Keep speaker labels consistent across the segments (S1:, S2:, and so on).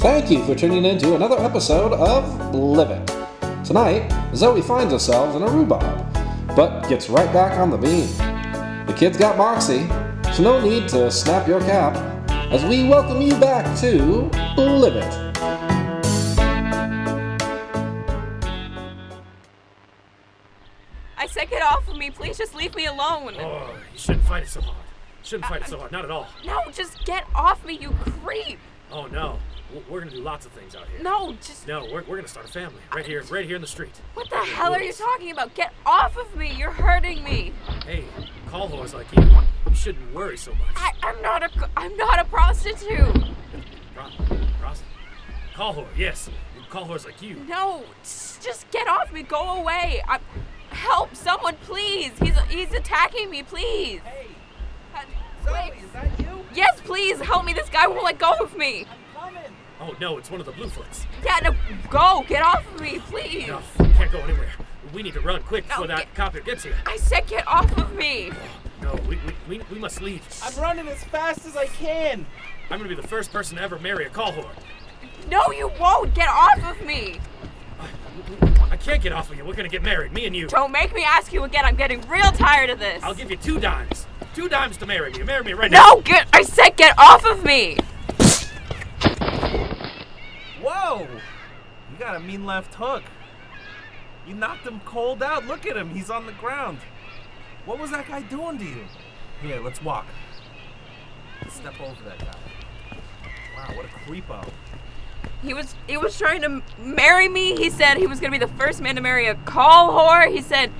S1: Thank you for tuning in to another episode of Living. Tonight, Zoe finds herself in a rhubarb, but gets right back on the beam. The kids got moxie, so no need to snap your cap as we welcome you back to Live It.
S2: I said get off of me. Please just leave me alone.
S3: Oh, you shouldn't fight it so hard. Shouldn't fight it so hard. Not at all.
S2: No, just get off me, you creep.
S3: Oh no, W- we're gonna do lots of things out here.
S2: No, just.
S3: No, we're, we're gonna start a family right here, right here in the street.
S2: What the hell are you talking about? Get off of me. You're hurting me.
S3: Hey, call whores like you. You shouldn't worry so much.
S2: I, I'm not a. c- I'm not a prostitute.
S3: Pro- prost- Call whore, yes. Call whores like you.
S2: No, s- just get off me. Go away. I, help someone, please. He's he's attacking me. Please.
S4: Hey,
S2: Uh,
S4: Zoe,
S2: wait.
S4: is that you?
S2: Yes, please help me. This guy won't let go of me.
S4: I'm coming.
S3: Oh no, it's one of the bluefoots.
S2: Yeah, no, go. Get off of me, please.
S3: No, can't go anywhere. We need to run quick before
S2: No,
S3: that
S2: get-
S3: cop here gets here.
S2: I said get off of me.
S3: No, we, we, we, we must leave.
S4: I'm running as fast as I can.
S3: I'm gonna be the first person to ever marry a call whore.
S2: No, you won't. Get off of me.
S3: I can't get off of you. We're gonna get married, me and you.
S2: Don't make me ask you again. I'm getting real tired of this.
S3: I'll give you two dimes. Two dimes to marry me. Marry me right now.
S2: no, get. I said get off of me.
S4: Whoa! You got a mean left hook. You knocked him cold out. Look at him. He's on the ground. What was that guy doing to you? Here, let's walk. Let's step over that guy. Wow, what a creepo.
S2: He was he was trying to m- marry me. He said he was gonna be the first man to marry a call whore. He said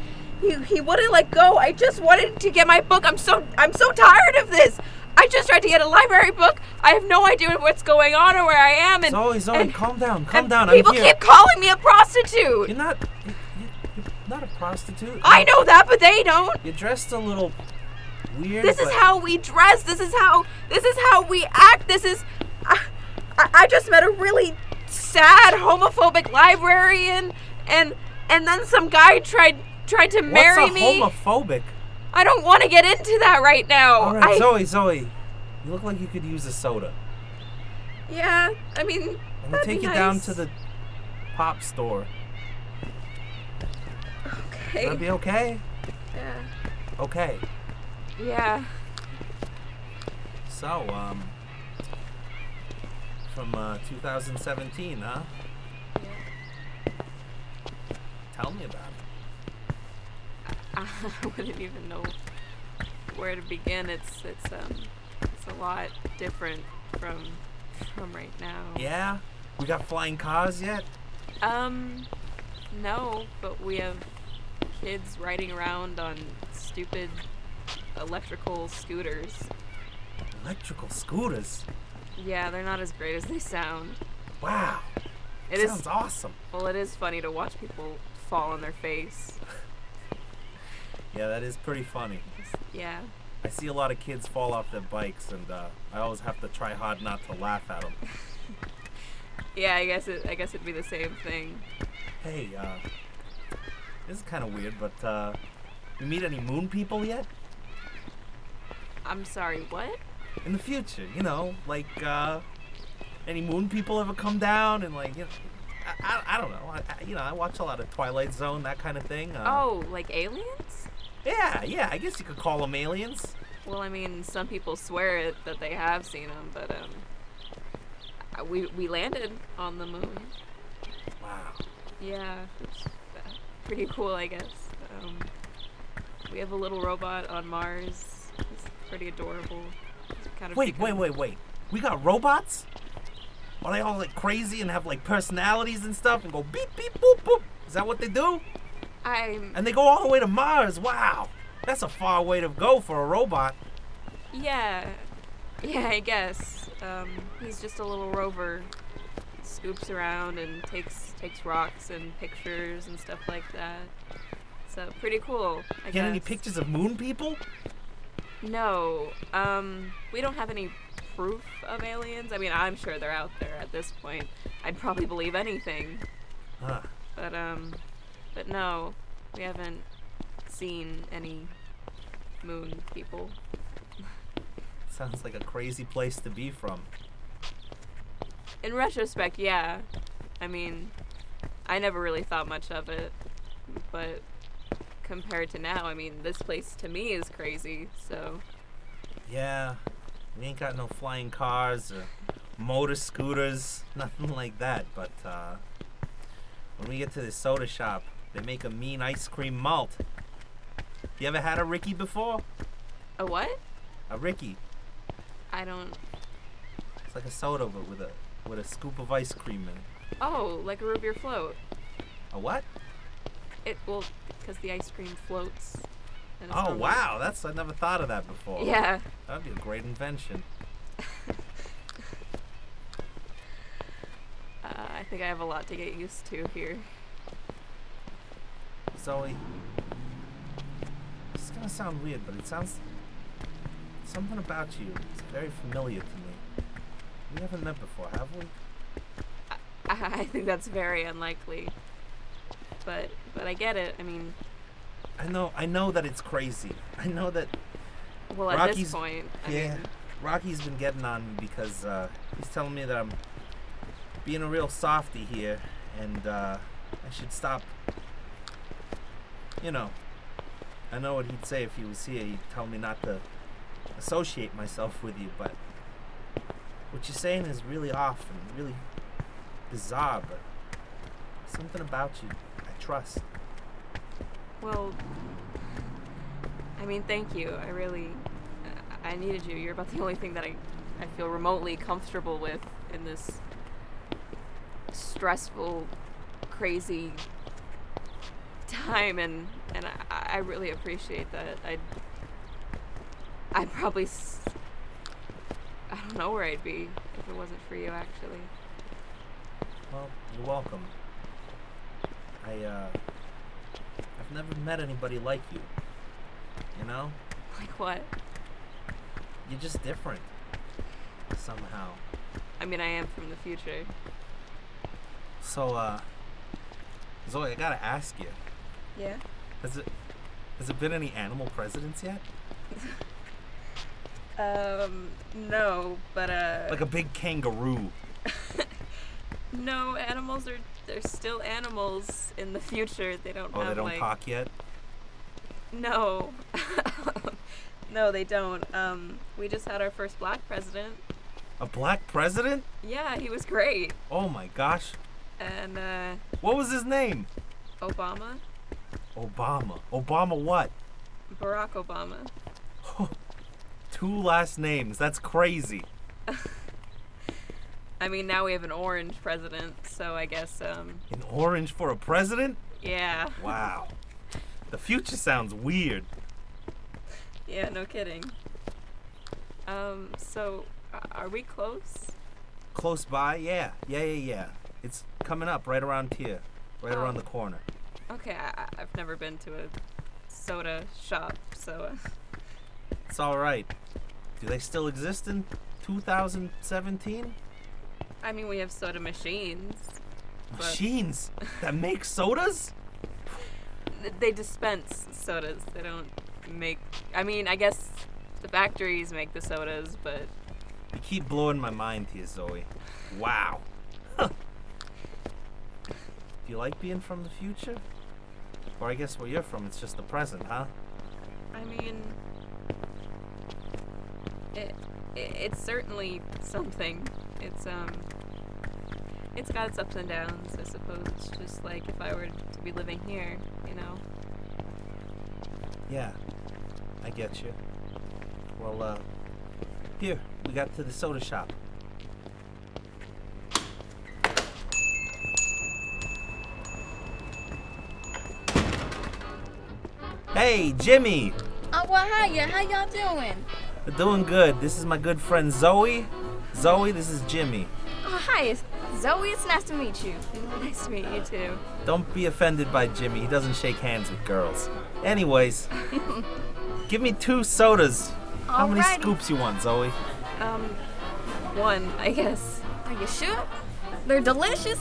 S2: he, he wouldn't let go. I just wanted to get my book. I'm so I'm so tired of this. I just tried to get a library book. I have no idea what's going on or where I am. And
S4: Zoe, Zoe,
S2: and-
S4: calm down. Calm
S2: and
S4: down.
S2: People
S4: I'm here.
S2: keep calling me a prostitute.
S4: You're not. you- you- You're not a prostitute.
S2: I know that, but they don't.
S4: You're dressed a little weird.
S2: This is
S4: but-
S2: how we dress. This is how this is how we act. This is I, I I just met a really sad homophobic librarian and and then some guy tried tried to marry
S4: What's a
S2: me.
S4: homophobic?
S2: I don't want to get into that right now.
S4: All right,
S2: I,
S4: Zoe, Zoe, you look like you could use a soda.
S2: yeah, I mean
S4: I'm gonna
S2: that'd
S4: take
S2: be
S4: you down
S2: nice.
S4: to the pop store. That'd
S2: Okay.
S4: be okay.
S2: Yeah.
S4: Okay.
S2: yeah.
S4: So, um, from uh, 2017, huh? Tell me about it.
S2: I wouldn't even know where to begin. It's it's um it's a lot different from from right now.
S4: Yeah. We got flying cars yet?
S2: Um, no, but we have kids riding around on stupid electrical scooters.
S4: Electrical scooters.
S2: Yeah, they're not as great as they sound.
S4: Wow.
S2: It
S4: sounds
S2: is
S4: awesome.
S2: well, it is funny to watch people fall on their face.
S4: Yeah, that is pretty funny.
S2: Yeah.
S4: I see a lot of kids fall off their bikes, and uh, I always have to try hard not to laugh at them.
S2: Yeah, I guess it I guess it'd be the same thing.
S4: Hey, uh, this is kind of weird, but uh, you meet any moon people yet?
S2: I'm sorry, what?
S4: In the future, you know, like uh, any moon people ever come down and like, you know, I, I, I don't know. I, I, you know, I watch a lot of Twilight Zone, that kind of thing. Uh,
S2: Oh, like aliens?
S4: yeah, yeah. I guess you could call them aliens.
S2: Well, I mean, some people swear it that they have seen them, but um uh, we we landed on the moon.
S4: Wow.
S2: Yeah, it's uh, pretty cool, I guess. Um, we have a little robot on Mars. It's pretty adorable. It's kind of
S4: Wait, wait,
S2: become-
S4: wait, wait. We got robots? Are they all like crazy and have like personalities and stuff and go beep beep boop boop? Is that what they do?
S2: I'm
S4: And they go all the way to Mars. Wow. That's a far way to go for a robot.
S2: yeah, yeah. I guess um, he's just a little rover. Scoops around and takes takes rocks and pictures and stuff like that. So pretty cool. I
S4: Get any
S2: guess.
S4: pictures of moon people?
S2: No, um, we don't have any proof of aliens. I mean, I'm sure they're out there at this point. I'd probably believe anything.
S4: Huh.
S2: But um, but no, we haven't seen any moon people.
S4: Sounds like a crazy place to be from.
S2: in retrospect, yeah. I mean, I never really thought much of it, but compared to now, I mean, this place to me is crazy. So
S4: Yeah, we ain't got no flying cars or motor scooters, nothing like that. But uh, when we get to the soda shop, they make a mean ice cream malt. You ever had a Ricky before?
S2: a what?
S4: A Ricky.
S2: I don't.
S4: It's like a soda, but with a with a scoop of ice cream in it.
S2: Oh, like a root beer float.
S4: A what?
S2: It well, because the ice cream floats. and it's
S4: Oh
S2: not
S4: wow, that's I never thought of that before.
S2: like- Yeah.
S4: that'd be a great invention.
S2: Uh, I think I have a lot to get used to here.
S4: Zoe, this is gonna sound weird, but it sounds something about you. It's very familiar to me. We haven't met before, have we?
S2: I I think that's very unlikely. But but I get it. I mean,
S4: I know, I know that it's crazy. I know that
S2: well, at this
S4: Rocky's-
S2: point, I
S4: yeah,
S2: mean,
S4: Rocky's been getting on me because uh, he's telling me that I'm being a real softy here, and uh, I should stop. You know, I know what he'd say if he was here. He'd tell me not to associate myself with you, but what you're saying is really off and really bizarre. But something about you, I trust.
S2: well, I mean, thank you. I really, I I needed you. You're about the only thing that I, I feel remotely comfortable with in this stressful, crazy time, and and I, I really appreciate that. I, I probably, s- I don't know where I'd be if it wasn't for you, actually.
S4: Well, you're welcome. I, uh, I've never met anybody like you. You know?
S2: Like what?
S4: You're just different. Somehow.
S2: I mean, I am from the future.
S4: So, uh, Zoe, I gotta ask you.
S2: Yeah.
S4: Has it, has it been any animal presidents yet?
S2: Um, no, but uh,
S4: Like a big kangaroo.
S2: no, animals are they're still animals in the future. They don't
S4: Oh,
S2: have
S4: they don't
S2: like
S4: talk yet?
S2: no, no, they don't. Um, we just had our first black president.
S4: A black president?
S2: Yeah, he was great,
S4: Oh my gosh.
S2: and uh,
S4: What was his name?
S2: Obama,
S4: Obama. Obama what?
S2: Barack Obama.
S4: Two last names. That's crazy.
S2: I mean, now we have an orange president, so I guess um,
S4: An orange for a president?
S2: yeah,
S4: Wow. The future sounds weird.
S2: yeah, no kidding. Um, so a- are we close?
S4: Close by, yeah. Yeah, yeah, yeah. It's coming up right around here, right around
S2: Oh.
S4: the corner.
S2: Okay, I, I- I've never been to a soda shop, so uh,
S4: It's all right. Do they still exist in 2017?
S2: I mean we have soda machines. But
S4: Machines that make sodas?
S2: th- they dispense sodas. They don't make. I mean, I guess the factories make the sodas, but
S4: You keep blowing my mind here, Zoe. Wow. Do you like being from the future? Or I guess where you're from, it's just the present, huh?
S2: I mean, it, i it's certainly something. It's um, it's got its ups and downs, I suppose. Just like if I were to be living here, you know.
S4: Yeah, I get you. Well, uh, here, we got to the soda shop. Hey, Jimmy!
S5: Oh, well, hiya. How y'all doing?
S4: We're doing good. This is my good friend Zoe. Zoe, this is Jimmy.
S5: Oh, hi. It's Zoe, it's nice to meet you.
S2: Nice to meet you too.
S4: Don't be offended by Jimmy. He doesn't shake hands with girls. Anyways, give me two sodas. How many
S5: Alrighty.
S4: scoops you want, Zoe?
S2: Um, one, I guess.
S5: Are you sure? They're delicious.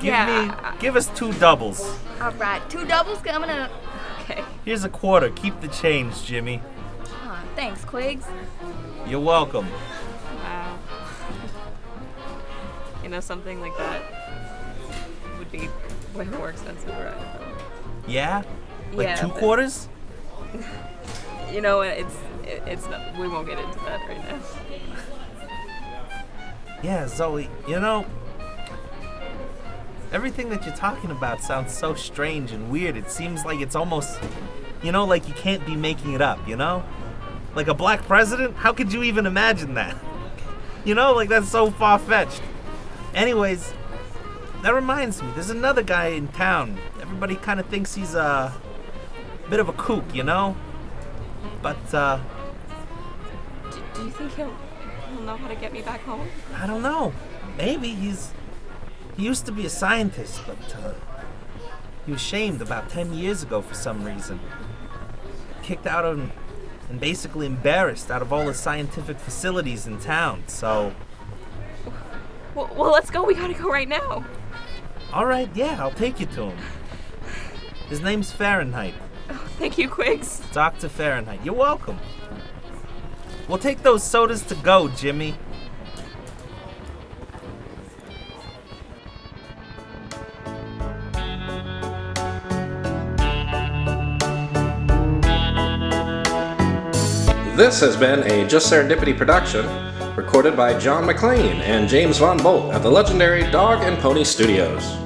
S4: Give
S2: Yeah.
S4: me, give us two doubles.
S5: All right, two doubles coming up.
S2: Okay.
S4: Here's a quarter. Keep the change, Jimmy.
S5: Aw, thanks, Quigs.
S4: You're welcome.
S2: Wow. You know, something like that would be way more expensive, right?
S4: Yeah? Like
S2: Yeah,
S4: two
S2: but-
S4: quarters?
S2: You know, it's it, it's not. We won't get into that right now.
S4: Yeah, Zoe, you know, everything that you're talking about sounds so strange and weird. It seems like it's almost, you know, like you can't be making it up, you know? Like a black president? How could you even imagine that? You know, like that's so far fetched. Anyways, that reminds me, there's another guy in town. Everybody kind of thinks he's a bit of a kook, you know? But, uh,
S2: Do, do you think he'll he'll know how to get me back home?
S4: I don't know. Maybe he's. He used to be a scientist, but uh, he was shamed about 10 years ago for some reason. Kicked out of. and basically embarrassed out of all the scientific facilities in town, so.
S2: Well, well, let's go. We gotta go right now.
S4: Alright, yeah, I'll take you to him. His name's Fahrenheit.
S2: Thank you, Quiggs.
S4: Dr. Fahrenheit. You're welcome. We'll take those sodas to go, Jimmy.
S1: This has been a Just Serendipity production, recorded by John McLean and James Von Bolt at the legendary Dog and Pony Studios.